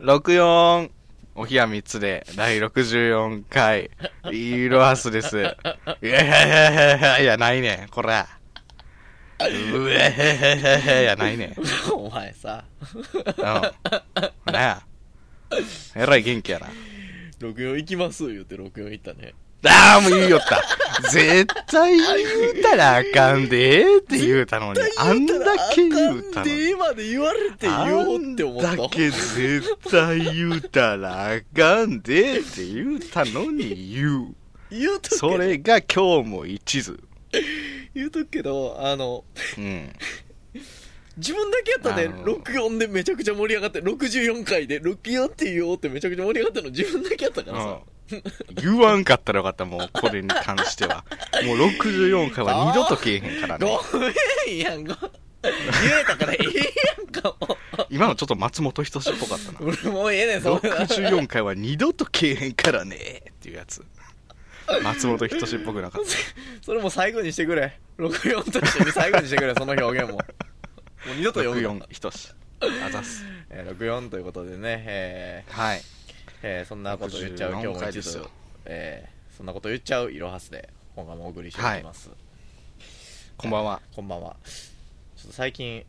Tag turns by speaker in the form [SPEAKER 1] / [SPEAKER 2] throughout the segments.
[SPEAKER 1] 64、おひや3つで、第64回、イーロハスです。いやいやいやいやいや、ないねん、こら。うえへへへへ、いや、ないねん。うん。
[SPEAKER 2] お前さ、
[SPEAKER 1] なあ。えらい元気やな。
[SPEAKER 2] 64行きます言うて64行ったね。
[SPEAKER 1] ああ、もう言いよった。絶対言うたらあかんでーって言うたのに、あんだけ言うたのに。
[SPEAKER 2] で、今で言われて言おうって思った。
[SPEAKER 1] あんだけ絶対言うたらあかんでって言うたのに言う。
[SPEAKER 2] 言うとくけど
[SPEAKER 1] それが今日も一途。
[SPEAKER 2] 言うとくけど、あの、
[SPEAKER 1] うん。
[SPEAKER 2] 自分だけやったね、
[SPEAKER 1] あの
[SPEAKER 2] 64でめちゃくちゃ盛り上がって、64回で、64って言おうってめちゃくちゃ盛り上がったの自分だけやったからさ。
[SPEAKER 1] うん言わんかったらよかった、もう、これに関しては。もう64回は二度と消えへんからね。
[SPEAKER 2] ごめんやんご言えたからええやんかも
[SPEAKER 1] 今のちょっと松本人志っぽかったな
[SPEAKER 2] う。俺もうええねんそんな
[SPEAKER 1] 64回は二度と消えへんからねっていうやつ。松本人志っぽくなかった。
[SPEAKER 2] それも最後にしてくれ64として最後にしてくれその表現ももう二度と読むな
[SPEAKER 1] 64人志。あざっす。
[SPEAKER 2] えー64ということでね、え
[SPEAKER 1] はい。
[SPEAKER 2] ーえーそんなこと言っちゃう
[SPEAKER 1] 64
[SPEAKER 2] 今日も
[SPEAKER 1] 回
[SPEAKER 2] 一
[SPEAKER 1] です
[SPEAKER 2] 度
[SPEAKER 1] よ、
[SPEAKER 2] えーそんなこと言っちゃういろはすで今回もお送りしております、
[SPEAKER 1] こんばんは。
[SPEAKER 2] こんばんはちょっと最近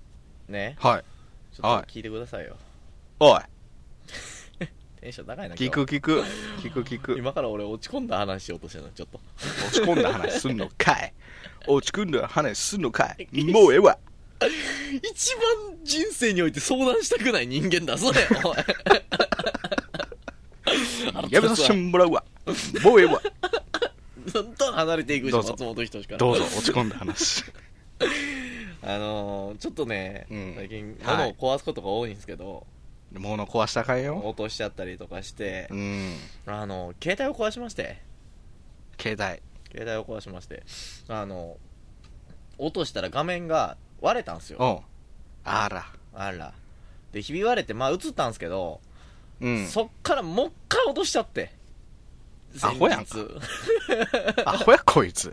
[SPEAKER 2] ね
[SPEAKER 1] はい。
[SPEAKER 2] ちょっと聞いてくださいよ、
[SPEAKER 1] おい。
[SPEAKER 2] テンション高いな今日
[SPEAKER 1] 聞く聞く。聞く聞く。
[SPEAKER 2] 今から俺落ち込んだ話しようとしてるのちょ っと
[SPEAKER 1] 落ち込んだ話すんのか い。落ち込んだ話すんのかい。もうええわ。
[SPEAKER 2] 一番人生において相談したくない人間だそれおい
[SPEAKER 1] やめさせてもらうわ。もうええわ。
[SPEAKER 2] どんどん離れていくし
[SPEAKER 1] どうぞ
[SPEAKER 2] 松本人志から
[SPEAKER 1] どうぞ、落ち込んだ話。
[SPEAKER 2] あのー、ちょっとね、
[SPEAKER 1] うん
[SPEAKER 2] 最近
[SPEAKER 1] はい
[SPEAKER 2] 物を壊すことが多いんですけど、
[SPEAKER 1] 物壊したらあかんよ。
[SPEAKER 2] 落としちゃったりとかして
[SPEAKER 1] う、ん。
[SPEAKER 2] あの携帯を壊しまして
[SPEAKER 1] 携帯。
[SPEAKER 2] 携帯を壊しましてあの落としたら画面が割れたんですよ
[SPEAKER 1] おうあら。
[SPEAKER 2] あらでひび割れてまあ映ったんですけど、
[SPEAKER 1] うん。
[SPEAKER 2] そっからもう一回落としちゃって
[SPEAKER 1] アホやんか
[SPEAKER 2] 前日
[SPEAKER 1] アホやこいつ。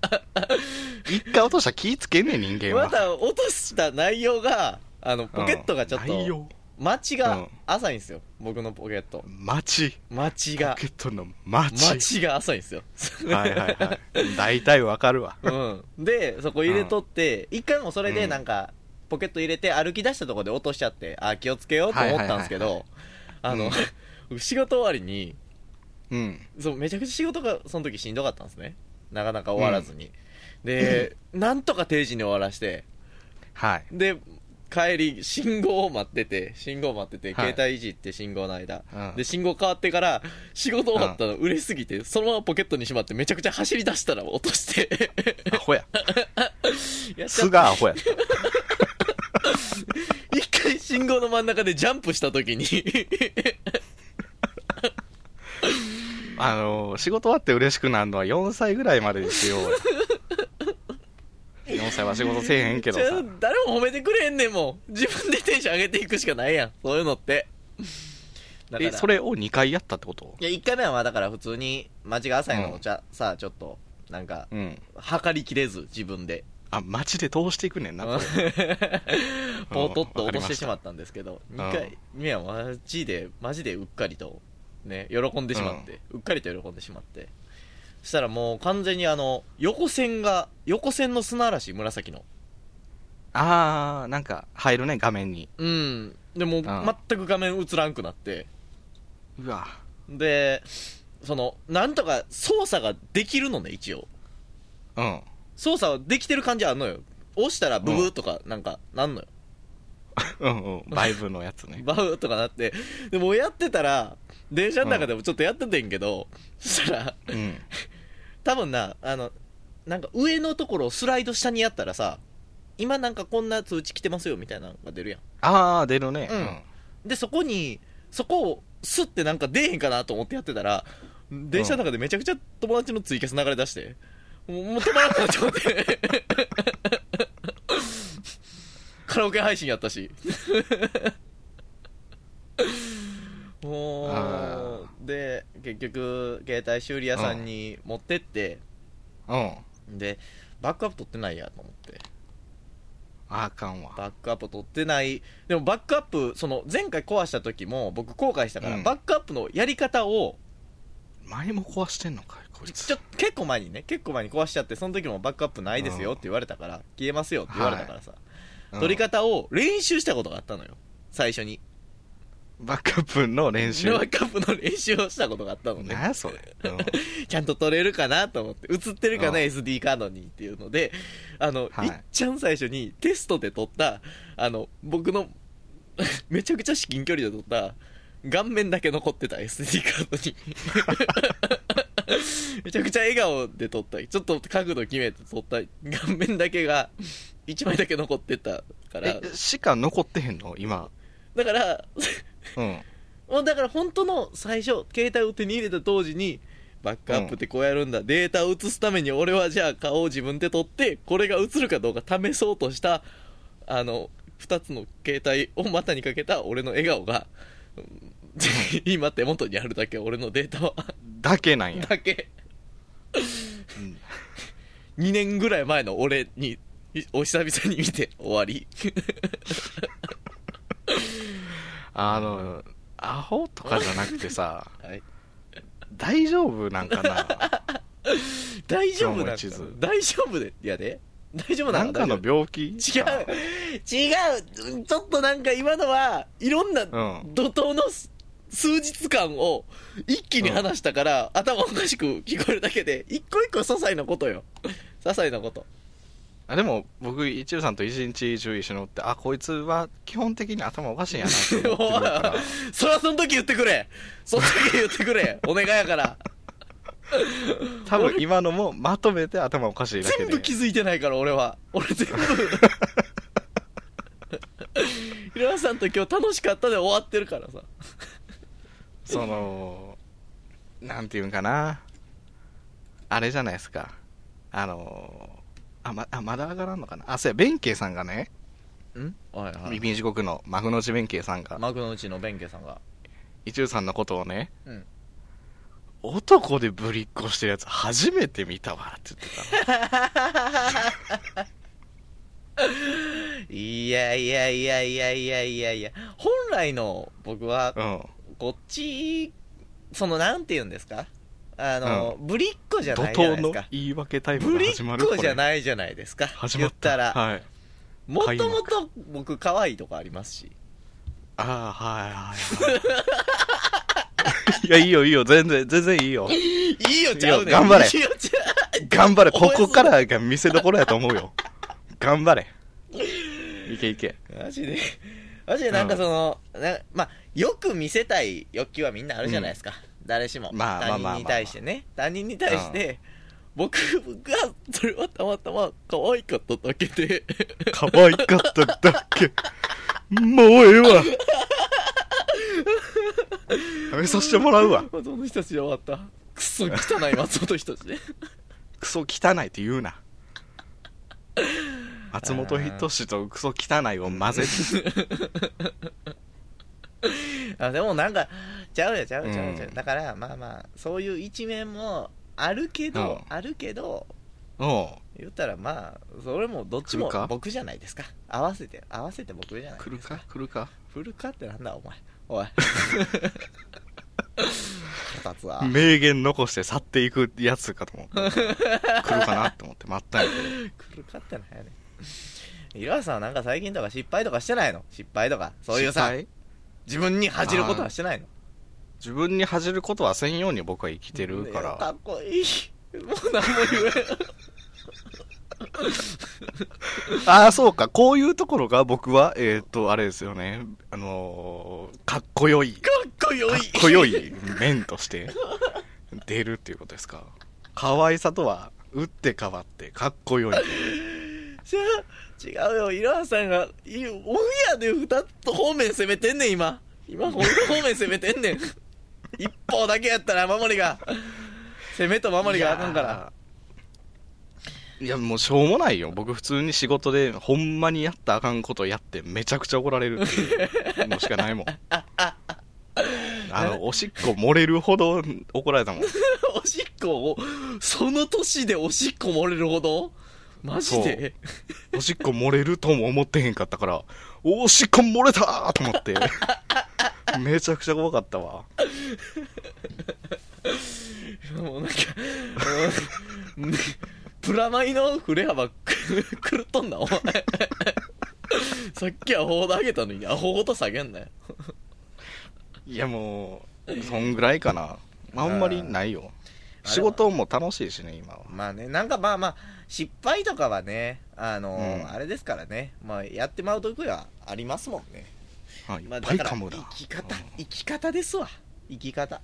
[SPEAKER 1] 一回落としたら気ぃつけんねん人間
[SPEAKER 2] ま
[SPEAKER 1] は。
[SPEAKER 2] た落とした内容があのポケットがちょっ
[SPEAKER 1] 内
[SPEAKER 2] と
[SPEAKER 1] 容。
[SPEAKER 2] 待ち
[SPEAKER 1] う
[SPEAKER 2] が
[SPEAKER 1] ん
[SPEAKER 2] 浅いんですよ、僕のポケット
[SPEAKER 1] 街。
[SPEAKER 2] 待ち
[SPEAKER 1] ポ
[SPEAKER 2] が
[SPEAKER 1] ケットの街。
[SPEAKER 2] 待ちが浅いんですよ
[SPEAKER 1] はいはいはい。大体わかるわ。
[SPEAKER 2] うん、でそこ入れとって一回もそれでなんか、ポケット入れて歩き出したとこで落としちゃってあー気をつけようと思ったんですけどあ
[SPEAKER 1] いはいはい
[SPEAKER 2] の、 仕事終わりに
[SPEAKER 1] うん。
[SPEAKER 2] そうめちゃくちゃ仕事がその時しんどかったんですねなかなか終わらずに、で、なんとか定時に終わらして
[SPEAKER 1] はい。
[SPEAKER 2] で帰り信号を待ってて信号待ってて、
[SPEAKER 1] はい
[SPEAKER 2] 携帯いじって信号の間、
[SPEAKER 1] うん
[SPEAKER 2] で信号変わってから仕事終わったの嬉しすぎて、そのままポケットにしまってめちゃくちゃ走り出したら落として
[SPEAKER 1] ア ホや。
[SPEAKER 2] やっちゃ
[SPEAKER 1] す
[SPEAKER 2] った
[SPEAKER 1] がアホや。
[SPEAKER 2] 一回信号の真ん中でジャンプした時に
[SPEAKER 1] あのー仕事終わって嬉しくなるのは4歳ぐらいまでですよ。4歳は仕事せえへんけど
[SPEAKER 2] ちょ
[SPEAKER 1] さ。
[SPEAKER 2] 誰も褒めてくれへんねんもん自分でテンション上げていくしかないやんそういうのってだから
[SPEAKER 1] え、それを2回やったってこと
[SPEAKER 2] いや1回目はまあだから普通に町が朝のお茶、さあちょっとなんか
[SPEAKER 1] うん。
[SPEAKER 2] 測りきれず自分で
[SPEAKER 1] あ、街で通していくねんな。これ
[SPEAKER 2] ポートっと落としてしまったんですけど
[SPEAKER 1] んわ
[SPEAKER 2] 2
[SPEAKER 1] かりました
[SPEAKER 2] 回目はマジでマジでうっかりとね喜んでしまって、うっかりと喜んでしまってそしたらもう完全にあの横線が横線の砂嵐紫の
[SPEAKER 1] あー、なんか入るね、画面に。
[SPEAKER 2] うんでも
[SPEAKER 1] う
[SPEAKER 2] う
[SPEAKER 1] ん
[SPEAKER 2] 全く画面映らんくなって
[SPEAKER 1] うわ。
[SPEAKER 2] でそのなんとか操作ができるのね一応
[SPEAKER 1] うん。
[SPEAKER 2] 操作はできてる感じあんのよ押したらブブーとかなんかなんのよ
[SPEAKER 1] うんうん。バイブのやつ ね。
[SPEAKER 2] バウとかなってでもやってたら電車の中でもちょっとやっててんけど、そしたら
[SPEAKER 1] うん。
[SPEAKER 2] 多分なあのなんか上のところをスライド下にやったらさ今なんかこんな通知来てますよみたいなのが出るや
[SPEAKER 1] あー、出るね。
[SPEAKER 2] うんんでそこにそこをスッてなんか出えへんかなと思ってやってたら電車の中でめちゃくちゃ友達のツイキャス流れ出してもうもう止まらなくなっちゃってカラオケ配信やったしも
[SPEAKER 1] あ
[SPEAKER 2] うで結局携帯修理屋さんに持ってって、
[SPEAKER 1] うん。うん。
[SPEAKER 2] でバックアップ取ってないやと思って
[SPEAKER 1] ああかんわ。
[SPEAKER 2] バックアップ取ってないでもバックアップその前回壊した時も僕後悔したから、
[SPEAKER 1] うん
[SPEAKER 2] バックアップのやり方を
[SPEAKER 1] 前も壊してんのかい、こいつ。
[SPEAKER 2] ちょ結構前にね結構前に壊しちゃってその時もバックアップないですよって言われたから、消えますよって言われたからさ、
[SPEAKER 1] うん
[SPEAKER 2] 取り方を練習したことがあったのよ最初に
[SPEAKER 1] バックアップの練習
[SPEAKER 2] バ。ックアップの練習をしたことがあったのね
[SPEAKER 1] なんやそれ。うん
[SPEAKER 2] ちゃんと取れるかなと思って、映ってるか
[SPEAKER 1] うん
[SPEAKER 2] な、SD カードにっていうので、あの、
[SPEAKER 1] はい
[SPEAKER 2] い、っちゃん最初にテストで撮った、あの、僕の、 めちゃくちゃ至近距離で撮った、顔面だけ残ってた SD カードに。 めちゃくちゃ笑顔で撮った、ちょっと角度決めて撮った顔面だけが、1枚だけ残ってたから
[SPEAKER 1] え、、しか残ってへんの今。
[SPEAKER 2] だから、
[SPEAKER 1] うん。
[SPEAKER 2] もうだから本当の最初携帯を手に入れた当時にバックアップってこうやるんだ、データを移すために俺はじゃあ顔を自分で撮ってこれが映るかどうか試そうとしたあの2つの携帯を股にかけた俺の笑顔がうん 今手元にあるだけ俺のデータは
[SPEAKER 1] だけなんや。
[SPEAKER 2] だけ
[SPEAKER 1] うん
[SPEAKER 2] 2年ぐらい前の俺にいお久々に見て終わり
[SPEAKER 1] あの、アホとかじゃなくてさ、
[SPEAKER 2] はい
[SPEAKER 1] 大丈夫なんか な。
[SPEAKER 2] 大丈夫
[SPEAKER 1] 今日も
[SPEAKER 2] なんか
[SPEAKER 1] 一途
[SPEAKER 2] 大丈夫でやで大丈夫な
[SPEAKER 1] な
[SPEAKER 2] の
[SPEAKER 1] んかの病気
[SPEAKER 2] 違う違うちょっとなんか今のはいろんな怒
[SPEAKER 1] ん
[SPEAKER 2] 涛のす数日間を一気に話したから、頭おかしく聞こえるだけで一個一個些細なことよ些細なこと
[SPEAKER 1] あでも僕一郎さんと一日中一緒におってあこいつは基本的に頭おかしいんやなって思ってる から
[SPEAKER 2] それはその時言ってくれその時言ってくれお願いやから
[SPEAKER 1] 多分今のもまとめて頭おかしいだけ
[SPEAKER 2] 全
[SPEAKER 1] で
[SPEAKER 2] 部気づいてないから俺は俺 全部ひろさんと今日楽しかったで終わってるからさ
[SPEAKER 1] そのなんていうんかなあれじゃないですかあのあまあまだ上がらんのかなあそうや弁慶さんがね
[SPEAKER 2] んはいはい
[SPEAKER 1] 耳地獄の幕の内弁慶さんが
[SPEAKER 2] 幕の内の弁慶さんが
[SPEAKER 1] 一郎さんのことをね
[SPEAKER 2] うん
[SPEAKER 1] 男でぶりっこしてるやつ初めて見たわって言ってたの
[SPEAKER 2] いやいやいやいやいやいやいや、本来の僕は、
[SPEAKER 1] うん
[SPEAKER 2] こっち、そのなんて言うんですかあの、ぶりっ子じゃ
[SPEAKER 1] 怒
[SPEAKER 2] ないじゃな
[SPEAKER 1] 涛
[SPEAKER 2] いです
[SPEAKER 1] の
[SPEAKER 2] か。
[SPEAKER 1] 言い訳タイム
[SPEAKER 2] ぶ
[SPEAKER 1] が
[SPEAKER 2] りっ
[SPEAKER 1] 始まる
[SPEAKER 2] 子じゃ
[SPEAKER 1] い
[SPEAKER 2] ないじゃないですか。
[SPEAKER 1] 始ま
[SPEAKER 2] 言っ
[SPEAKER 1] った
[SPEAKER 2] たら、
[SPEAKER 1] はい
[SPEAKER 2] もともと僕可愛いとこありますし。
[SPEAKER 1] ああ、はいはいはい。 いや、いいよ、いいよ、全然、全然いいよ。
[SPEAKER 2] いいよ、ちゃうねん
[SPEAKER 1] いいよ頑張れ
[SPEAKER 2] いいよ、ちゃ
[SPEAKER 1] 頑張れ、
[SPEAKER 2] お
[SPEAKER 1] こ
[SPEAKER 2] やす
[SPEAKER 1] こからが見せどころやと思うよ。頑張れ。いけいけ。
[SPEAKER 2] うマジで。 マジでなんかその、なまあ、よく見せたい欲求はみんなあるじゃないですか。誰しも。
[SPEAKER 1] まあまあまあまあ
[SPEAKER 2] 他人に対してね。他人に対して、僕僕は、それはたまたま可愛かっただけで、
[SPEAKER 1] 可愛かっただけ。もうええわ。やめさせてもらうわ。
[SPEAKER 2] 松本人志で終わった。クソ汚い松本人 志ね。
[SPEAKER 1] クソ汚いって言うな。松本人志とクソ汚いを混ぜ て。
[SPEAKER 2] あでもなんか、ちゃうよ、ちゃうよ、ちゃうよ、ちゃうよ
[SPEAKER 1] うん
[SPEAKER 2] だから、まあまあ、そういう一面もあるけど、
[SPEAKER 1] う
[SPEAKER 2] あるけど、
[SPEAKER 1] おう
[SPEAKER 2] 言ったらまあ、それもどっちも
[SPEAKER 1] 来るか
[SPEAKER 2] 僕じゃないですか。合わせて、合わせて僕じゃない
[SPEAKER 1] 来るか来るか
[SPEAKER 2] フルカってなんだお前 おい腹立つわ
[SPEAKER 1] 名言残して去っていくやつかと思って。来るかなって思って待ったんやけど。
[SPEAKER 2] フルカってなんやねんいろはさんはなんか最近とか失敗とかしてないの失敗とか そういうさ
[SPEAKER 1] 失敗
[SPEAKER 2] 自分に恥じることはしてないの
[SPEAKER 1] 自分に恥じることはせんように僕は生きてるか
[SPEAKER 2] いやからっこいいもう何も言
[SPEAKER 1] ああそうかこういうところが僕はえっ、とあれですよねあのーかっこよいか
[SPEAKER 2] えんかっこよい
[SPEAKER 1] っこよい面として 出るっていうことですか可愛さとは打って変わってかっこよい
[SPEAKER 2] じゃあ違うよいろはさんがいいオンエアで2つ方面攻めてんねん今今ほんと方面攻めてんねん一方だけやったら守りが攻めと守りがあかんから
[SPEAKER 1] いやもうしょうもないよ僕普通に仕事でほんまにやったらあかんことやってめちゃくちゃ怒られるっていうのしかない もんあのおしっこ漏れるほど怒られたもん
[SPEAKER 2] おしっこを、その年でおしっこ漏れるほどマジで
[SPEAKER 1] おしっこ漏れるとも思ってへんかったから、おしっこ漏れたーと思って。めちゃくちゃ怖かったわ。
[SPEAKER 2] もうなんかもうプラマイの振れ幅く狂っとんなお前さっきアホほど上げたのにアホほど下げんなよ
[SPEAKER 1] いやもう、そんぐらいかな。あんまりないよ。
[SPEAKER 2] あー
[SPEAKER 1] 仕事も楽しいしね、今は。
[SPEAKER 2] まあねなんかまあまあ失敗とかはねあのー
[SPEAKER 1] うん
[SPEAKER 2] あれですからね、まあ、やってまうとこはありますもんね、
[SPEAKER 1] はい、い
[SPEAKER 2] まあ、
[SPEAKER 1] っぱ
[SPEAKER 2] だ
[SPEAKER 1] い
[SPEAKER 2] から
[SPEAKER 1] かむ
[SPEAKER 2] 生
[SPEAKER 1] な。
[SPEAKER 2] き方生き方ですわ生き方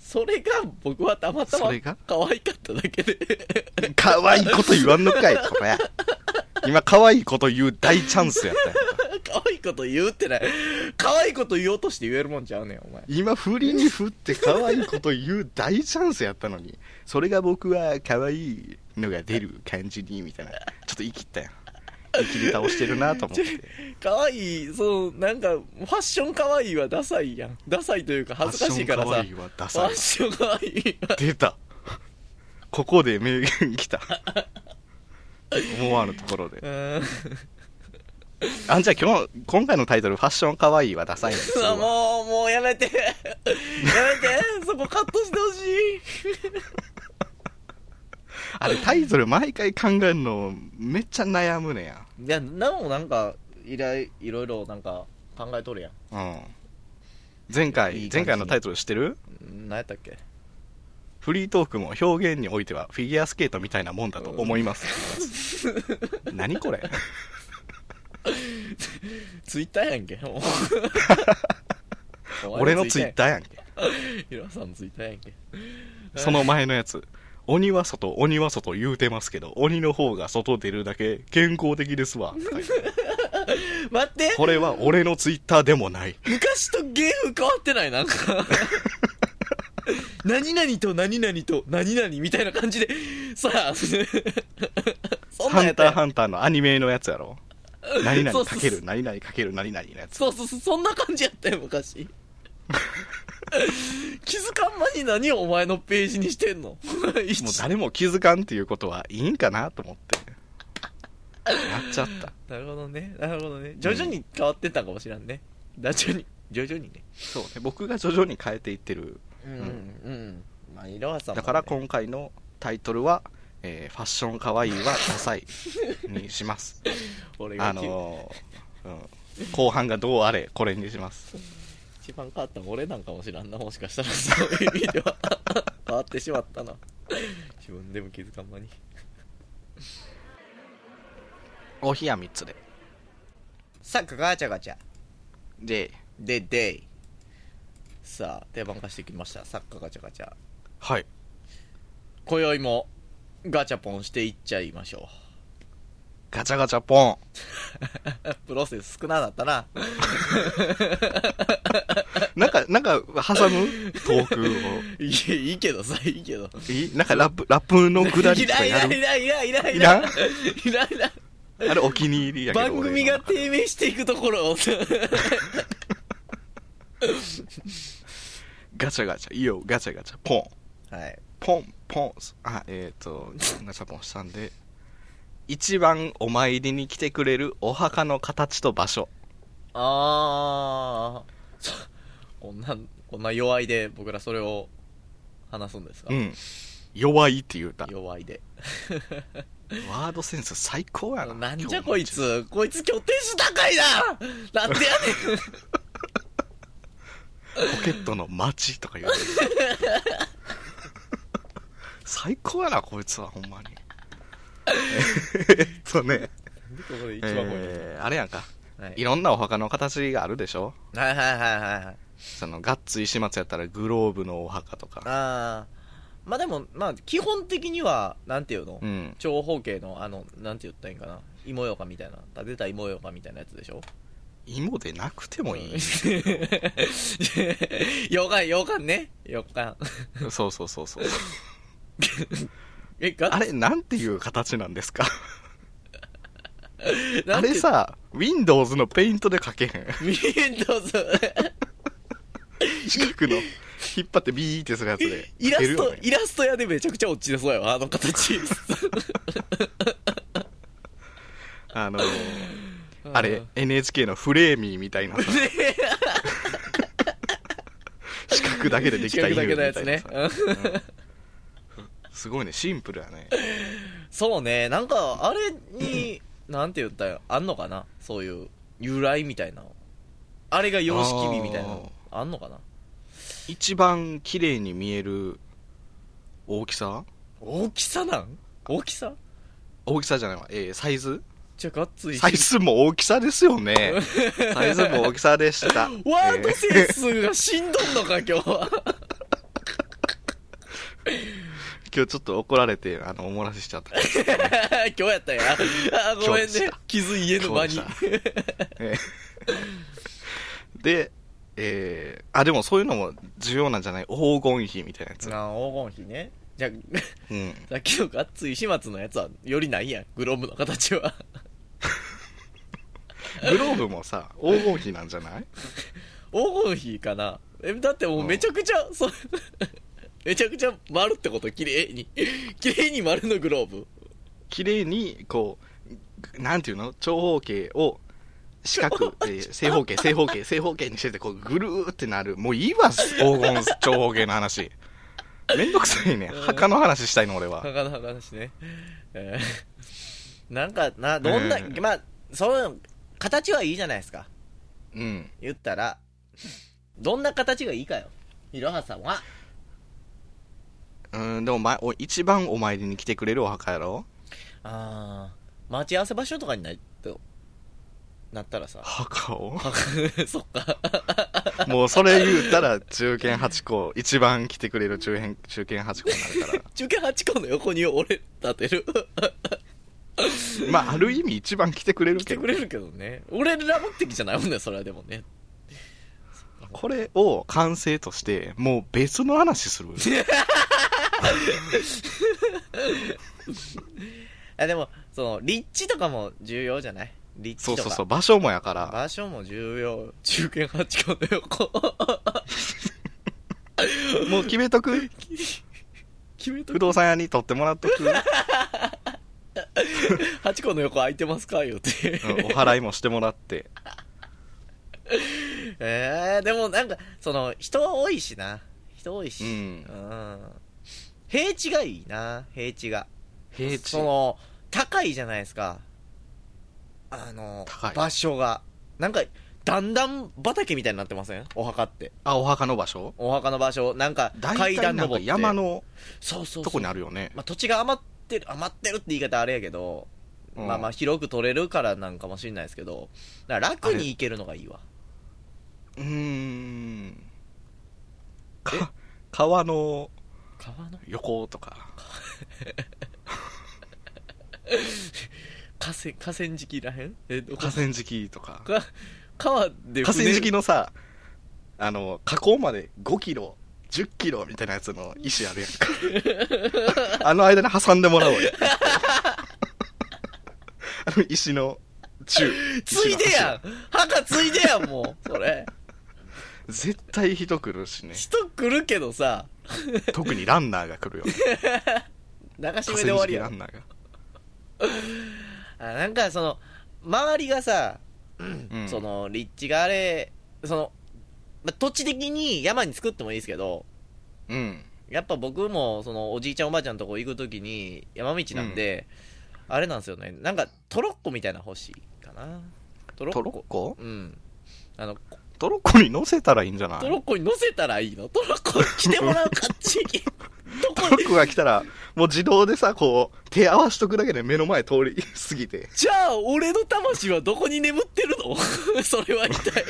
[SPEAKER 2] それが僕はたまたま
[SPEAKER 1] それが
[SPEAKER 2] 可愛かっただけで
[SPEAKER 1] うん 可愛いこと言わんのかい、これ。今、可愛いこと言う大チャンスやったんや
[SPEAKER 2] 可愛いこと言うってない可愛いこと言おうとして言えるもんちゃうねんお前
[SPEAKER 1] 今振りに振って可愛いこと言う大チャンスやったのにそれが僕は可愛いのが出る感じにみたいなちょっと生きったよ生きり倒してるなと思って
[SPEAKER 2] 可愛いそうなんかファッション可愛いはダサいやんダサいというか恥ずかしいからさ
[SPEAKER 1] ファッ
[SPEAKER 2] フ
[SPEAKER 1] ション可愛いはダ
[SPEAKER 2] ァ
[SPEAKER 1] サ
[SPEAKER 2] ッション可愛いはい
[SPEAKER 1] 出たここで名言来た思わぬところで
[SPEAKER 2] うーん
[SPEAKER 1] あんじゃあ今日今回のタイトル「ファッション可愛いはダサいんです
[SPEAKER 2] うわもう、もうやめて。やめて。そこカットしてほしい。
[SPEAKER 1] あれタイトル毎回考えるのめっちゃ悩むねや
[SPEAKER 2] いや、なおなんか、いろいいろいろなんか考えとるや
[SPEAKER 1] うん前
[SPEAKER 2] い
[SPEAKER 1] 回前
[SPEAKER 2] い感じ
[SPEAKER 1] 回のタイトル知ってる
[SPEAKER 2] ん。何やったっけ
[SPEAKER 1] フリートークも表現においてはフィギュアスケートみたいなもんだと思います。 何これ
[SPEAKER 2] ツイッターやんけ。 もう
[SPEAKER 1] 俺のツイッターやんけ。
[SPEAKER 2] ー。 ヒロさんのツイッターやんけ。
[SPEAKER 1] その前のやつ。鬼は外、鬼は外言うてますけど、鬼の方が外出るだけ健康的ですわ。って書いてある
[SPEAKER 2] 待って
[SPEAKER 1] これは俺のツイッターでもない。
[SPEAKER 2] 昔と芸風変わってないなんか。 何々と何々と何々みたいな感じで、さあ、 そんな
[SPEAKER 1] ハ
[SPEAKER 2] んや
[SPEAKER 1] ン
[SPEAKER 2] った
[SPEAKER 1] タ
[SPEAKER 2] や
[SPEAKER 1] ー
[SPEAKER 2] ん
[SPEAKER 1] ハンターのアニメのやつやろ。何々かけ
[SPEAKER 2] そうそうそう
[SPEAKER 1] る、何々かける、何々のやつ。
[SPEAKER 2] そうそうそう、そんな感じやったよ、昔。 気づかんまに何をお前のページにしてんの 一
[SPEAKER 1] もう誰も気づかんっていうことはいいんかなと思って。やっちゃった。
[SPEAKER 2] なるほどね、なるほどね。徐々に変わってったんかもしらんね。徐々に、徐々にね。
[SPEAKER 1] そうね。僕が徐々に変えていってる
[SPEAKER 2] うん、うん。まあ、いろはさん
[SPEAKER 1] だ
[SPEAKER 2] もね
[SPEAKER 1] から今回のタイトルは、えーファッションかわいいはダサいにします。
[SPEAKER 2] 俺が
[SPEAKER 1] あのーうん、後半がどうあれ、これにします。
[SPEAKER 2] 一番変わったの俺なんかもしらんな、もしかしたら。そういう意味では。変わってしまったな。自分でも気づかんまに。
[SPEAKER 1] お冷や3つで。
[SPEAKER 2] さっきガチャガチャ。
[SPEAKER 1] で、
[SPEAKER 2] で、デイ。さあ、定番化してきました。サッカーガチャガチャ。
[SPEAKER 1] はい。
[SPEAKER 2] 今宵もガチャポンしていっちゃいましょ
[SPEAKER 1] ガチャガチャポン。
[SPEAKER 2] う プロセス少なだったな
[SPEAKER 1] なんか、なんか、挟むトークを。
[SPEAKER 2] いやいいけどさいいけど
[SPEAKER 1] いいなんかラップ、ラップのくだり
[SPEAKER 2] い
[SPEAKER 1] と
[SPEAKER 2] ら
[SPEAKER 1] か
[SPEAKER 2] んい
[SPEAKER 1] や
[SPEAKER 2] らん
[SPEAKER 1] る
[SPEAKER 2] い。らんいらんいらんい
[SPEAKER 1] い
[SPEAKER 2] ら
[SPEAKER 1] らん
[SPEAKER 2] んいらんいらん
[SPEAKER 1] あれお気に入りやけど。
[SPEAKER 2] 番組が低迷していくところを
[SPEAKER 1] ガチャガチャ、いいよ、ガチャガチャ、ポン。
[SPEAKER 2] はい
[SPEAKER 1] ポン、ポン。あ、えっ、ー、と、ガチャポンしたんで。一番お参りに来てくれるお墓の形と場所。
[SPEAKER 2] ああこんなこんな弱いで僕らそれを話すんですか、
[SPEAKER 1] うん。弱いって言うた。
[SPEAKER 2] 弱いで
[SPEAKER 1] ワードセンス最高やな。
[SPEAKER 2] なんじ
[SPEAKER 1] 今
[SPEAKER 2] ゃ
[SPEAKER 1] 日
[SPEAKER 2] こい。つこいつ今日テンション高いななんでやねん
[SPEAKER 1] ポケットの街とか 言うてる。最高やな、こいつは、ほんまに。えっとね、
[SPEAKER 2] ここで一番声、
[SPEAKER 1] えーあれやんか。
[SPEAKER 2] はい
[SPEAKER 1] いろんなお墓の形があるでしょ
[SPEAKER 2] はいはいはいはいはい
[SPEAKER 1] その、ガッツ石松やったらグローブのお墓とか。
[SPEAKER 2] ああまあでもまあ基本的にはなんていうの、
[SPEAKER 1] うん。
[SPEAKER 2] 長方形のあのなんて言ったらいいんかな芋ようかみたいな立てた芋ようかみたいなやつでしょ
[SPEAKER 1] 芋でなくてもいい。
[SPEAKER 2] ようかんようかんねようかん
[SPEAKER 1] そうそうそう そう。
[SPEAKER 2] えガ
[SPEAKER 1] あれ、なんていう形なんですか
[SPEAKER 2] なん
[SPEAKER 1] あ
[SPEAKER 2] て
[SPEAKER 1] れさ、Windows のペイントで書けへん。
[SPEAKER 2] Windows
[SPEAKER 1] 四角の引っ張ってビーってするやつで
[SPEAKER 2] イラ
[SPEAKER 1] 書ける
[SPEAKER 2] ス
[SPEAKER 1] よ
[SPEAKER 2] ト
[SPEAKER 1] ね
[SPEAKER 2] イラスト屋でめちゃくちゃ落ちてそうやわあの形
[SPEAKER 1] あのーあれ NHK のフレーミーみたい なさ四角だけでできた
[SPEAKER 2] 近くだけのや
[SPEAKER 1] 犬
[SPEAKER 2] つ
[SPEAKER 1] みたいな
[SPEAKER 2] ね
[SPEAKER 1] さ、
[SPEAKER 2] うん
[SPEAKER 1] すごいねシンプルやね
[SPEAKER 2] そうねなんかあれになんて言ったよあんのかなそういう由来みたいなのあれが様式美みたいなのあんのかな
[SPEAKER 1] 一番綺麗に見える大きさ
[SPEAKER 2] 大きさなん大きさ
[SPEAKER 1] 大きさじゃないわ、えーサイズ
[SPEAKER 2] じゃあがっつい
[SPEAKER 1] サイズも大きさですよねサイズも大きさでした
[SPEAKER 2] ワード
[SPEAKER 1] えー
[SPEAKER 2] センスがしんどんのか今日は
[SPEAKER 1] 今日ちょっと怒られてあのおもらせしちゃった
[SPEAKER 2] 今日やったんやあごめんね傷家の場に
[SPEAKER 1] 今日えーでえーあでもそういうのも重要なんじゃない黄金比みたいなやつ、
[SPEAKER 2] なあ黄金比ねじゃあ
[SPEAKER 1] うん、
[SPEAKER 2] さっきのガッツ石松のやつはよりないやんグローブの形は
[SPEAKER 1] グローブもさ黄金比なんじゃない
[SPEAKER 2] 黄金比かなえだってもうめちゃくちゃ、そう めちゃくちゃ丸ってこと綺麗に 綺麗に丸のグローブ
[SPEAKER 1] 綺麗にこうなんていうの長方形を四 角、えー正方形正方形正方形にしててこうぐるーってなるもういいわ黄金 長方形の話めんどくさいね墓の話したいの俺は
[SPEAKER 2] はかなはかなしね、えー なんかなどんな、
[SPEAKER 1] うん
[SPEAKER 2] まあそういう形はいいじゃないですか
[SPEAKER 1] うん
[SPEAKER 2] 言ったらどんな形がいいかよいろはさんは
[SPEAKER 1] うんでも、ま、お一番お参りに来てくれるお墓やろ
[SPEAKER 2] あー待ち合わせ場所とかになとなったらさ
[SPEAKER 1] 墓を
[SPEAKER 2] そっか
[SPEAKER 1] もうそれ言ったら中堅八個一番来てくれる中堅中堅八個になるか
[SPEAKER 2] 中堅8個の横に俺立てる
[SPEAKER 1] らまあある意味一番来てくれるけ
[SPEAKER 2] 来て
[SPEAKER 1] ど
[SPEAKER 2] くれるけどね俺ら目的じゃないもんねそれはでもね
[SPEAKER 1] これを完成としてもう別の話する
[SPEAKER 2] あでもその立地とかも重要じゃない立
[SPEAKER 1] そう
[SPEAKER 2] 地とか
[SPEAKER 1] そうそう、場所もやから、
[SPEAKER 2] 場所も重要中堅8個の横
[SPEAKER 1] もう決めと く
[SPEAKER 2] 決め
[SPEAKER 1] 不
[SPEAKER 2] とく
[SPEAKER 1] 動産屋に取ってもらっとく、う
[SPEAKER 2] 8個の横空いてますかよって
[SPEAKER 1] んお払いもしてもらって。
[SPEAKER 2] えー、でもなんかその人多いしな人多いし
[SPEAKER 1] うん
[SPEAKER 2] ん平地がいいな平地が
[SPEAKER 1] 平
[SPEAKER 2] その高いじゃないですかあの
[SPEAKER 1] 高い
[SPEAKER 2] 場所がなんかだんだん畑みたいになってませんお墓って
[SPEAKER 1] あ、お墓の場所
[SPEAKER 2] お墓の場所なんか
[SPEAKER 1] 大
[SPEAKER 2] 階
[SPEAKER 1] 体
[SPEAKER 2] 段
[SPEAKER 1] なん
[SPEAKER 2] 登
[SPEAKER 1] か
[SPEAKER 2] って
[SPEAKER 1] 山の
[SPEAKER 2] そうそうそう
[SPEAKER 1] とこにあるよね。
[SPEAKER 2] まあ、土地が余ってる余ってるって言い方あれやけど、
[SPEAKER 1] うん
[SPEAKER 2] まあまあ広く取れるからなんかもしれないですけどだから楽に行けるのがいいわ
[SPEAKER 1] うーん。か川の
[SPEAKER 2] 川の
[SPEAKER 1] 横とか。
[SPEAKER 2] 河川河川敷らへんえどこ
[SPEAKER 1] 河川敷とか。
[SPEAKER 2] か川で船
[SPEAKER 1] 河川敷のさ、あの、河口まで5キロ、10キロみたいなやつの石あるやん か。あの間に挟んでもらおうよ。あの石の中。
[SPEAKER 2] ついでやん墓ついでやんも うそれ
[SPEAKER 1] 絶対人来るしね
[SPEAKER 2] 人来るけどさ
[SPEAKER 1] 特にランナーが来るよね
[SPEAKER 2] 流し
[SPEAKER 1] 河
[SPEAKER 2] 目で終
[SPEAKER 1] 川
[SPEAKER 2] わり
[SPEAKER 1] 敷
[SPEAKER 2] や
[SPEAKER 1] ラ
[SPEAKER 2] ん
[SPEAKER 1] ンナーが、
[SPEAKER 2] あなんかその周りがさ、
[SPEAKER 1] うん
[SPEAKER 2] その立地があれその、まあ、土地的に山に作ってもいいですけど
[SPEAKER 1] うん
[SPEAKER 2] やっぱ僕もそのおじいちゃんおばあちゃんのとこ行くときに山道なんで、あれなんですよねなんかトロッコみたいなの欲しいかなトロッコ
[SPEAKER 1] トロッコ
[SPEAKER 2] うんあの
[SPEAKER 1] トロッコに乗せたらいいんじゃない
[SPEAKER 2] トロッコに乗せたらいいのトロッコ来てもらうかっち りど
[SPEAKER 1] ト
[SPEAKER 2] こ
[SPEAKER 1] ロ
[SPEAKER 2] に
[SPEAKER 1] ッコが来たらもう自動でさこう手合わしとくだけで目の前通り過ぎて
[SPEAKER 2] じゃあ俺の魂はどこに眠ってるの それは一体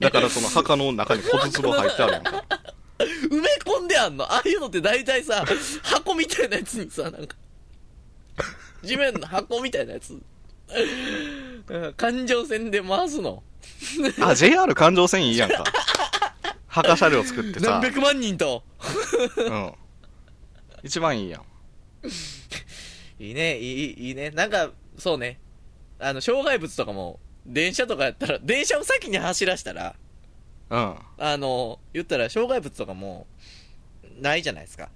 [SPEAKER 1] だからその墓の中に骨壺入ってあるやんか
[SPEAKER 2] 埋め込んであんのああいうのって大体さ箱みたいなやつにさなんか地面の箱みたいなやつうん環状線で回すの
[SPEAKER 1] あ JR 環状線いいやんか墓車両作ってさ
[SPEAKER 2] 何、百万人と
[SPEAKER 1] うん、一番いいやん
[SPEAKER 2] いいねいいいいねなんかそうねあの障害物とかも電車とかやったら電車を先に走らしたら
[SPEAKER 1] うん
[SPEAKER 2] あの言ったら障害物とかもないじゃないですか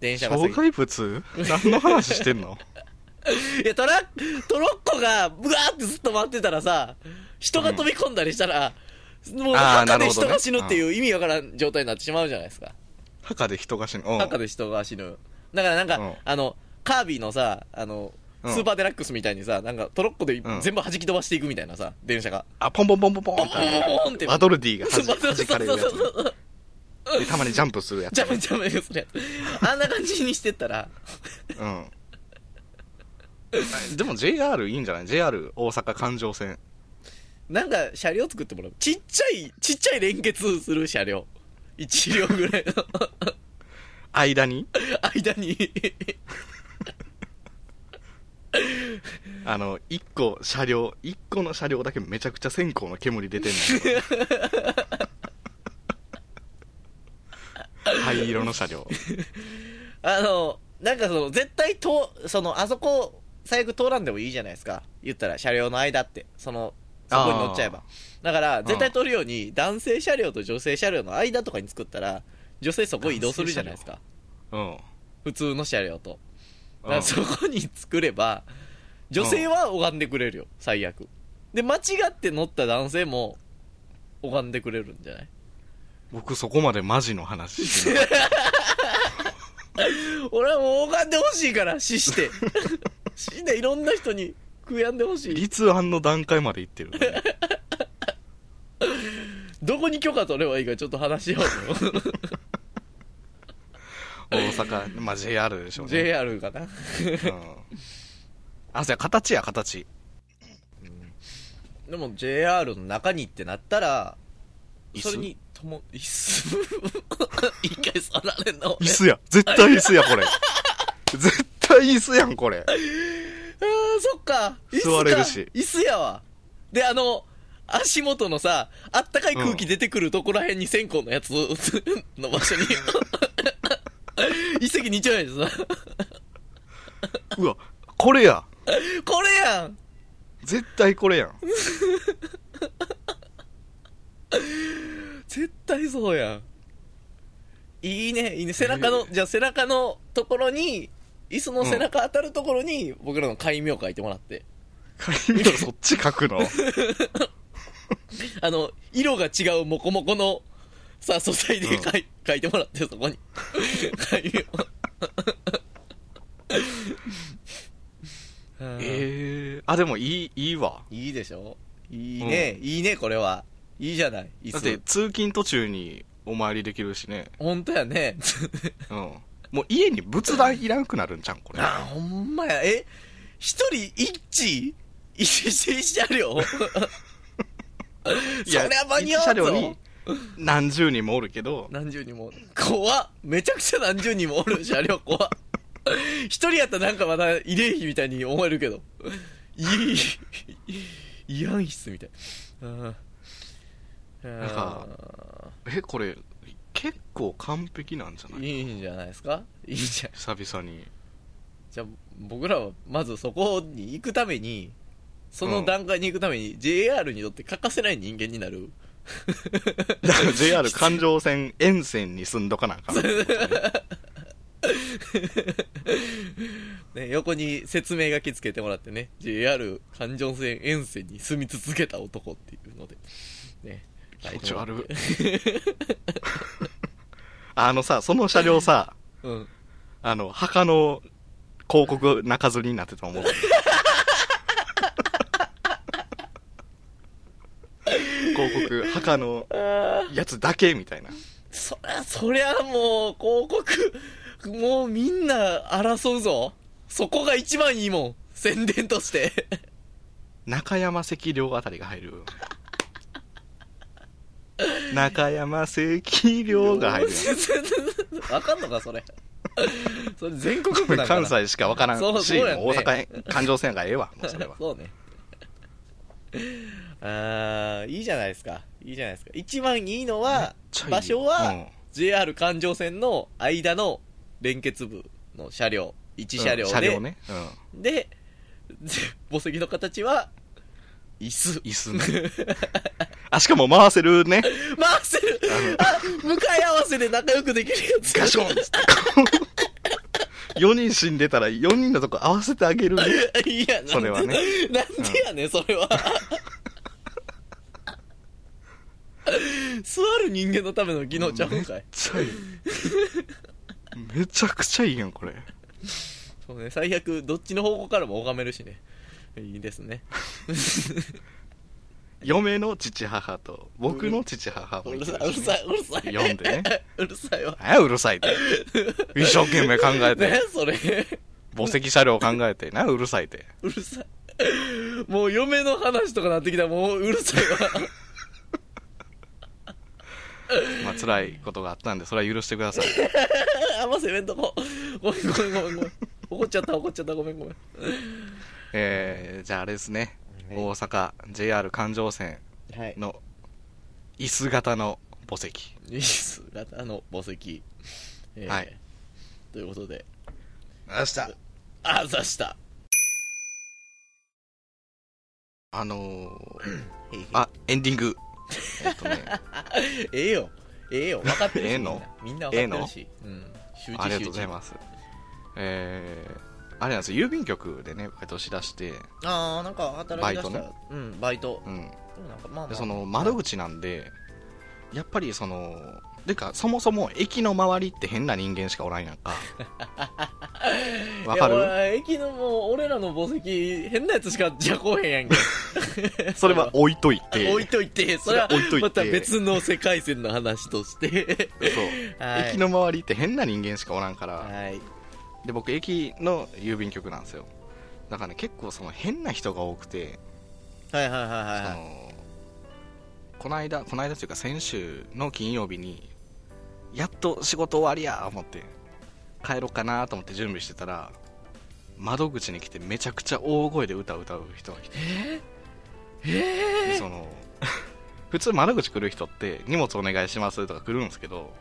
[SPEAKER 2] 電車が先
[SPEAKER 1] 障害物何の話してんの
[SPEAKER 2] いやトラトロッコがブワーってずっと待ってたらさ人が飛び込んだりしたら、もう
[SPEAKER 1] あー
[SPEAKER 2] 墓
[SPEAKER 1] な
[SPEAKER 2] で
[SPEAKER 1] るほどね
[SPEAKER 2] 人が死ぬっていう意味わからん状態になってしまうじゃないですか
[SPEAKER 1] 墓で人が死ぬ。うん。
[SPEAKER 2] 墓で人が死ぬだからなんか、
[SPEAKER 1] うん
[SPEAKER 2] あのカービィのさあの
[SPEAKER 1] うん
[SPEAKER 2] スーパーデラックスみたいにさなんかトロッコで
[SPEAKER 1] うん
[SPEAKER 2] 全部弾き飛ばしていくみたいなさ電車が
[SPEAKER 1] あ、ポンポンポンポンポン
[SPEAKER 2] ポンポンポンポンって
[SPEAKER 1] ワドルディが
[SPEAKER 2] そう
[SPEAKER 1] 弾弾かれるや
[SPEAKER 2] そうそうそうそう
[SPEAKER 1] つ。でたまにジャンプするやつ。
[SPEAKER 2] ジャブジャブするやつあんな感じにしてったら
[SPEAKER 1] うん。でも JR いいんじゃない ?JR 大阪環状線。
[SPEAKER 2] なんか車両作ってもらうちっちゃいちっちゃい連結する車両1両ぐらいの
[SPEAKER 1] 間に、
[SPEAKER 2] 間に
[SPEAKER 1] あの、一個車両、一個の車両だけめちゃくちゃ線香の煙出てんのよ。灰色の車両。
[SPEAKER 2] あのなんかその絶対とそのあそこ最悪通らんでもいいじゃないですか言ったら車両の間ってそのそこに乗っちゃえばだから
[SPEAKER 1] ん
[SPEAKER 2] 絶対通るように男性車両と女性車両の間とかに作ったら女性そこ移動するじゃないですか
[SPEAKER 1] うん。
[SPEAKER 2] 普通の車両とだか
[SPEAKER 1] う
[SPEAKER 2] ら
[SPEAKER 1] ん
[SPEAKER 2] そこに作れば女性は拝んでくれるよ最悪で間違って乗った男性も拝んでくれるんじゃない
[SPEAKER 1] 僕そこまでマジの話してない。
[SPEAKER 2] 俺はもう拝んでほしいから 死して死んでいろんな人に悔やんでほ しい
[SPEAKER 1] 立案の段階まで行ってる、ね。
[SPEAKER 2] どこに許可取ればいいかちょっと話しようと思う
[SPEAKER 1] 大阪、まあ、JR で しょうね。
[SPEAKER 2] JR かな
[SPEAKER 1] うんあ、そうや、形や、形。
[SPEAKER 2] でも JR の中にってなったら
[SPEAKER 1] 椅子
[SPEAKER 2] それにとも椅子 一回座られんの
[SPEAKER 1] 椅子や。絶対椅子や、これ。絶対椅子やん、これ。
[SPEAKER 2] あーそっか椅子
[SPEAKER 1] 座
[SPEAKER 2] か
[SPEAKER 1] れるし
[SPEAKER 2] 椅子やわであの足元のさあったかい空気出てくるとこら辺に線香のやつ の場 所に一石二鳥やでさ
[SPEAKER 1] うわ、これや。
[SPEAKER 2] これやん
[SPEAKER 1] 絶対これやん。
[SPEAKER 2] 絶対そうやんいいねいいね背中のじゃあ背中のところに椅子の背中当たるところに僕らの戒名書いてもらって
[SPEAKER 1] 海をそっち書くの
[SPEAKER 2] あの色が違うモコモコのさ素材で書い,、書いてもらってそこに戒名うん
[SPEAKER 1] ええあ、でもいい、いいわ。
[SPEAKER 2] いいでしょいいね、いいねこれはいいじゃない椅
[SPEAKER 1] だって
[SPEAKER 2] 子
[SPEAKER 1] 通勤途中にお参りできるしね。
[SPEAKER 2] 本当やね
[SPEAKER 1] うん。もう家に仏壇いらなくなるんちゃうん、これ。
[SPEAKER 2] あほんまやえ一人一一車両そりゃ間に合
[SPEAKER 1] 一
[SPEAKER 2] わんぞ
[SPEAKER 1] 車両に何十人もおるけど、
[SPEAKER 2] 何十人も怖っめちゃくちゃ何十人もおる車両怖っ一人やったらなんかまだ慰霊碑みたいに思えるけどいい慰安室みたいうん
[SPEAKER 1] んかえ、これ、結構完璧なんじゃ
[SPEAKER 2] う
[SPEAKER 1] なんい
[SPEAKER 2] いいんじゃないですかいいじゃん
[SPEAKER 1] 久々 に。
[SPEAKER 2] じゃあ僕らはまずそこに行くためにその段階に行くために、JR にとって欠かせない人間にな る
[SPEAKER 1] だから JR 環状線沿線に住んどかなあかん。
[SPEAKER 2] ね、横に説明書きつけてもらってね JR 環状線沿線に住み続けた男っていうのでね
[SPEAKER 1] 気持ち悪い あのさ、その車両さ、
[SPEAKER 2] うん
[SPEAKER 1] あの、墓の広告泣かずになってたと思う。広告、墓のやつだけみたいな。
[SPEAKER 2] そりゃそりゃもう広告もうみんな争うぞそこが一番いいもん宣伝として
[SPEAKER 1] 中山赤稜あたりが入る。中山赤稜が入る。
[SPEAKER 2] わかんのかそ れそれ全国
[SPEAKER 1] こ
[SPEAKER 2] 区
[SPEAKER 1] れ
[SPEAKER 2] だから
[SPEAKER 1] 関西しかわからんし、
[SPEAKER 2] そうそうや
[SPEAKER 1] も
[SPEAKER 2] ね。
[SPEAKER 1] う大阪環状線がええわ、もうそれは
[SPEAKER 2] そうね。あーいいじゃないですか。いいじゃないですか。一番いいのは
[SPEAKER 1] ちゃい、い
[SPEAKER 2] 場所は、
[SPEAKER 1] うん
[SPEAKER 2] JR 環状線の間の連結部の車両、1車両
[SPEAKER 1] うん
[SPEAKER 2] で、
[SPEAKER 1] 車両ね。うん。
[SPEAKER 2] で、で墓石の形は、椅子。
[SPEAKER 1] 椅子ね。あ、しかも回せるね。
[SPEAKER 2] 回せるあ向かい合わせで仲良くできるやつ。
[SPEAKER 1] ガションっつって。 4人死んでたら4人のとこ合わせてあげるね。
[SPEAKER 2] いやなんで
[SPEAKER 1] それはね
[SPEAKER 2] なんでやねんそ れは座る人間のための技能ちゃうんか
[SPEAKER 1] めっ
[SPEAKER 2] い
[SPEAKER 1] ちゃいい。めちゃくちゃいいやん、これ。
[SPEAKER 2] そうね最悪どっちの方向からも拝めるしねいいですね
[SPEAKER 1] 嫁の父母と、僕の父母も
[SPEAKER 2] う
[SPEAKER 1] い
[SPEAKER 2] る
[SPEAKER 1] て
[SPEAKER 2] さ
[SPEAKER 1] る
[SPEAKER 2] いうる
[SPEAKER 1] し
[SPEAKER 2] さい、うるさい
[SPEAKER 1] 読んでね
[SPEAKER 2] うるさいわ
[SPEAKER 1] 何やうるさいって。一生懸命考え
[SPEAKER 2] ね
[SPEAKER 1] て、
[SPEAKER 2] それ
[SPEAKER 1] 墓石車両考えて、何やうるさいって。
[SPEAKER 2] うるさいもう嫁の話とかなってきたらもううるさいわ
[SPEAKER 1] まあ辛いことがあったんで、それは許してください。
[SPEAKER 2] あんま責めんとこごめんごめんごめんごめん怒っちゃった怒っちゃったごめんごめん
[SPEAKER 1] えー、じゃああれですね。
[SPEAKER 2] はい
[SPEAKER 1] 大阪 JR 環状線
[SPEAKER 2] はい
[SPEAKER 1] の椅子型の墓石。
[SPEAKER 2] イス型の墓石、えー
[SPEAKER 1] はい
[SPEAKER 2] ということで
[SPEAKER 1] 明日
[SPEAKER 2] あざした
[SPEAKER 1] あのー、あ、エンディング。えっと ね、
[SPEAKER 2] ええよええよ分かってるし
[SPEAKER 1] ええの
[SPEAKER 2] みんなみんな分かってるし、うん、集
[SPEAKER 1] ありがとうございますす。えー、あれなんですよ、郵便局でね、バイトしだして、
[SPEAKER 2] ああなんか働きだした
[SPEAKER 1] バイ
[SPEAKER 2] うんバイト
[SPEAKER 1] うん。
[SPEAKER 2] でもなんかまあ、ま
[SPEAKER 1] で
[SPEAKER 2] あ、
[SPEAKER 1] その窓口なんで、やっぱりその、てか、そもそも駅の周りって変な人間しかおらんやん か。わか
[SPEAKER 2] いや
[SPEAKER 1] る
[SPEAKER 2] 俺駅のもう俺らの墓石変なやつしかじゃこうへんやんけ
[SPEAKER 1] それは置いといて。
[SPEAKER 2] 置いといてそれは
[SPEAKER 1] それは置いといて
[SPEAKER 2] また別の世界線の話として
[SPEAKER 1] そう、
[SPEAKER 2] はい
[SPEAKER 1] 駅の周りって変な人間しかおらんから、
[SPEAKER 2] はい
[SPEAKER 1] で僕駅の郵便局なんですよだからね結構その変な人が多くて、
[SPEAKER 2] はいはいはいはい
[SPEAKER 1] そ
[SPEAKER 2] はい
[SPEAKER 1] のこの間この間というか先週の金曜日にやっと仕事終わりや思って帰ろうかなと思って準備してたら窓口に来てめちゃくちゃ大声で歌を歌う人が来てでその 普通窓口来る人って荷物お願いしますとか来るんですけど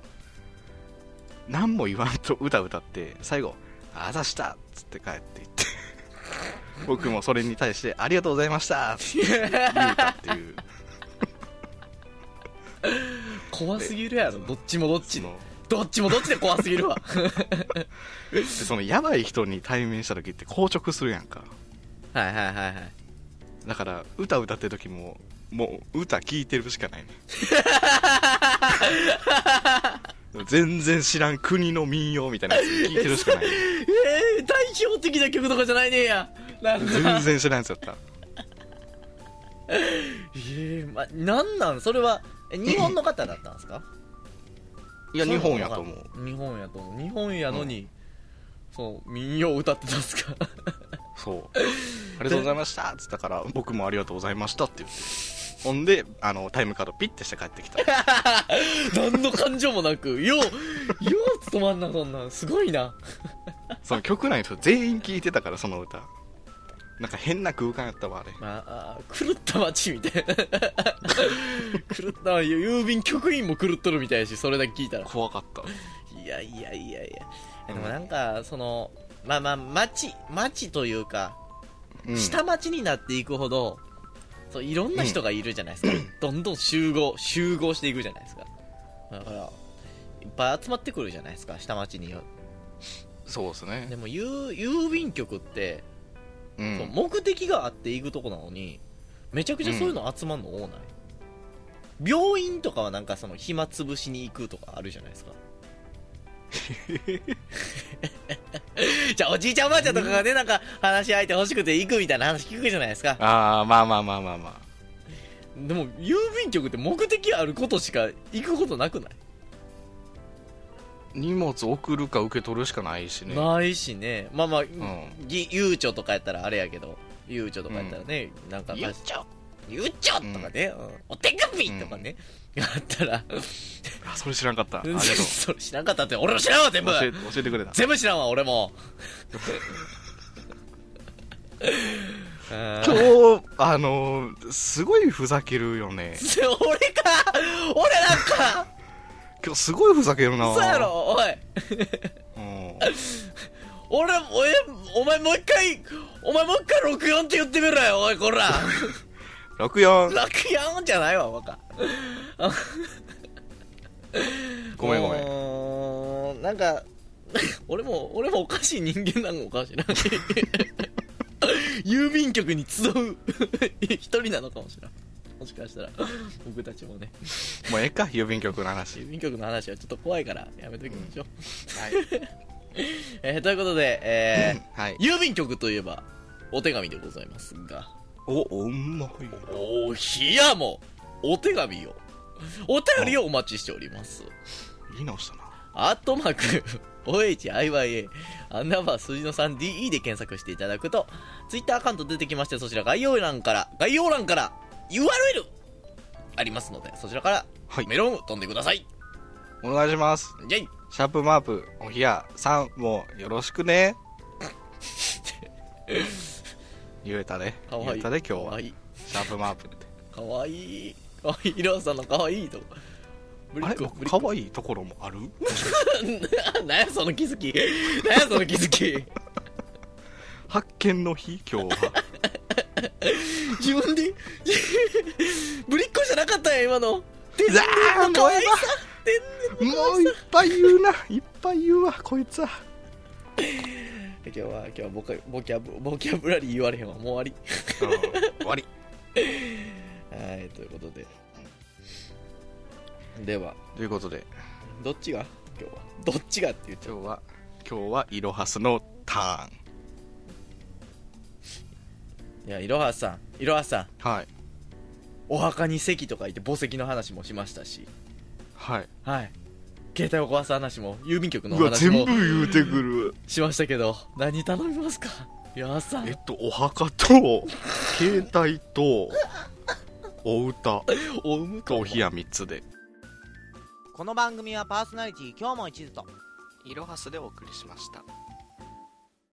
[SPEAKER 1] 何も言わんと歌歌って最後「あざした!」っつって帰っていって僕もそれに対して「ありがとうございました!」って言うたっていう
[SPEAKER 2] 怖すぎるやろどっちもどっち
[SPEAKER 1] そ
[SPEAKER 2] の
[SPEAKER 1] の
[SPEAKER 2] どっちもどっちで怖すぎる わ
[SPEAKER 1] でそのやばい人に対面した時って硬直するやんか
[SPEAKER 2] はいはいはいはい
[SPEAKER 1] だから歌歌ってる時ももう歌聴いてるしかないね全然知らん国の民謡みたいなやつ聞いてるしかない、
[SPEAKER 2] ええー、代表的な曲とかじゃないねやなんか
[SPEAKER 1] 全然知らんやつやった
[SPEAKER 2] ええま、なんなんそれはえ日本の方だったんですか
[SPEAKER 1] いや日本やと思う
[SPEAKER 2] 日本やと思う日本やのに、そう民謡歌ってたんですか
[SPEAKER 1] そうありがとうございましたっつったから僕もありがとうございましたって言ってほんであのタイムカードピッてして帰ってきた
[SPEAKER 2] 何の感情もなくようよう務まんなそんなんすごいな
[SPEAKER 1] その局内の人全員聞いてたからその歌なんか変な空間やったわあれ
[SPEAKER 2] ああ狂った街みたいな 狂った郵便局員も狂っとるみたいやしそれだけ聞いたら
[SPEAKER 1] 怖かった
[SPEAKER 2] いやいやいやいや
[SPEAKER 1] うん
[SPEAKER 2] でもなんかそのまあまあ町町というか、
[SPEAKER 1] うん
[SPEAKER 2] 下町になっていくほどそういろんな人がいるじゃないですか、 どんどん集合集合していくじゃないですかだからいっぱい集まってくるじゃないですか下町によ
[SPEAKER 1] そうですね
[SPEAKER 2] でも郵郵便局って、
[SPEAKER 1] う
[SPEAKER 2] そうん目的があっていくとこなのにめちゃくちゃそういうの集まるの多ない、病院とかはなんかその暇つぶしに行くとかあるじゃないで すか じゃあおじいちゃんおばあちゃんとかがねなんか話し相手欲しくて行くみたいな話聞くじゃないですか
[SPEAKER 1] ああまあまあまあまあまあ
[SPEAKER 2] でも郵便局って目的あることしか行くことなくない、
[SPEAKER 1] 荷物送るか受け取るしかないしね
[SPEAKER 2] ないしねまあまあ、
[SPEAKER 1] ん
[SPEAKER 2] ぎゆうちょとかやったらあれやけどゆうちょとかやったらね、なんか
[SPEAKER 1] ゆっちょ
[SPEAKER 2] ゆうちょとかね、うんお手紙とかね、あったら
[SPEAKER 1] あそれ知らんかったありがとう
[SPEAKER 2] それ知らんかったって俺も知らんわ全部
[SPEAKER 1] 教え教えてくれた
[SPEAKER 2] 全部知らんわ 俺も今
[SPEAKER 1] 今
[SPEAKER 2] 俺 か
[SPEAKER 1] 日あのーすごいふざけるよね
[SPEAKER 2] 俺なんか
[SPEAKER 1] 今日すごいふざけるな
[SPEAKER 2] そうやろおい
[SPEAKER 1] うん
[SPEAKER 2] 俺おえお前もう一回お前もう一回64って言ってみろよおいこ ら
[SPEAKER 1] 64
[SPEAKER 2] 64じゃないわバカ
[SPEAKER 1] ごめんごめん
[SPEAKER 2] んなんか俺も俺もおかしい人間なのか もしれない郵便局に集う一人なのかもしれないもしかしたら僕たちもね
[SPEAKER 1] もうええか、郵便局の話。
[SPEAKER 2] 郵便局の話はちょっと怖いからやめときましょう、
[SPEAKER 1] はい。
[SPEAKER 2] えーということで、えー
[SPEAKER 1] はい。
[SPEAKER 2] 郵便局といえばお手紙でございますが
[SPEAKER 1] お、おんまい。
[SPEAKER 2] おひやもお手紙をお便りをお待ちしております
[SPEAKER 1] 言い直したな。
[SPEAKER 2] アットマーク OHIYA アンダーバー数字の 3DE で検索していただくとツイッターアカウント出てきましてそちら概要欄から概要欄から URL ありますのでそちらから
[SPEAKER 1] はい
[SPEAKER 2] メロンを飛んでください、
[SPEAKER 1] お願いします。
[SPEAKER 2] イェイ
[SPEAKER 1] シャープマープ、おひやさんもよろしくね。言えたね。
[SPEAKER 2] か
[SPEAKER 1] 言
[SPEAKER 2] わい
[SPEAKER 1] え
[SPEAKER 2] い
[SPEAKER 1] たね、今日
[SPEAKER 2] かわ
[SPEAKER 1] は。
[SPEAKER 2] いい
[SPEAKER 1] シャープマープって。
[SPEAKER 2] かわいいかわいいローさんのかわいいとブリ
[SPEAKER 1] あ
[SPEAKER 2] ッ
[SPEAKER 1] れ
[SPEAKER 2] クブリッ
[SPEAKER 1] かわいいところもある
[SPEAKER 2] ク なんやその気づきなんやその気づき
[SPEAKER 1] 発見の日、 今日は。
[SPEAKER 2] 自分で ぶりっこじゃなかったんや今の手
[SPEAKER 1] ざーん
[SPEAKER 2] の可愛さ天
[SPEAKER 1] もういっぱい言うな。いっぱい言うわ、こいつは。
[SPEAKER 2] 然今日は今日はボカボキャブボキャブラリー言われへんわもう終わり
[SPEAKER 1] うん終わり。
[SPEAKER 2] はいということででは
[SPEAKER 1] ということで、
[SPEAKER 2] どっちが今日はどっちがって言っちゃう
[SPEAKER 1] 今日は、今日はイロハスのターン。
[SPEAKER 2] いやいろはさんいろはさん
[SPEAKER 1] はい。
[SPEAKER 2] お墓に石とかいて墓石の話もしましたし
[SPEAKER 1] はい。
[SPEAKER 2] はい携帯を壊す話も郵便局の
[SPEAKER 1] うわ、
[SPEAKER 2] 話
[SPEAKER 1] 全部
[SPEAKER 2] も
[SPEAKER 1] 言うてくる。
[SPEAKER 2] しましたけど何頼みますかいろはさん
[SPEAKER 1] えっと、お墓と、携帯と、お歌
[SPEAKER 2] お産むか
[SPEAKER 1] とお冷や3つで。
[SPEAKER 3] この番組はパーソナリティ今日も一途と
[SPEAKER 1] いろはすでお送りしました。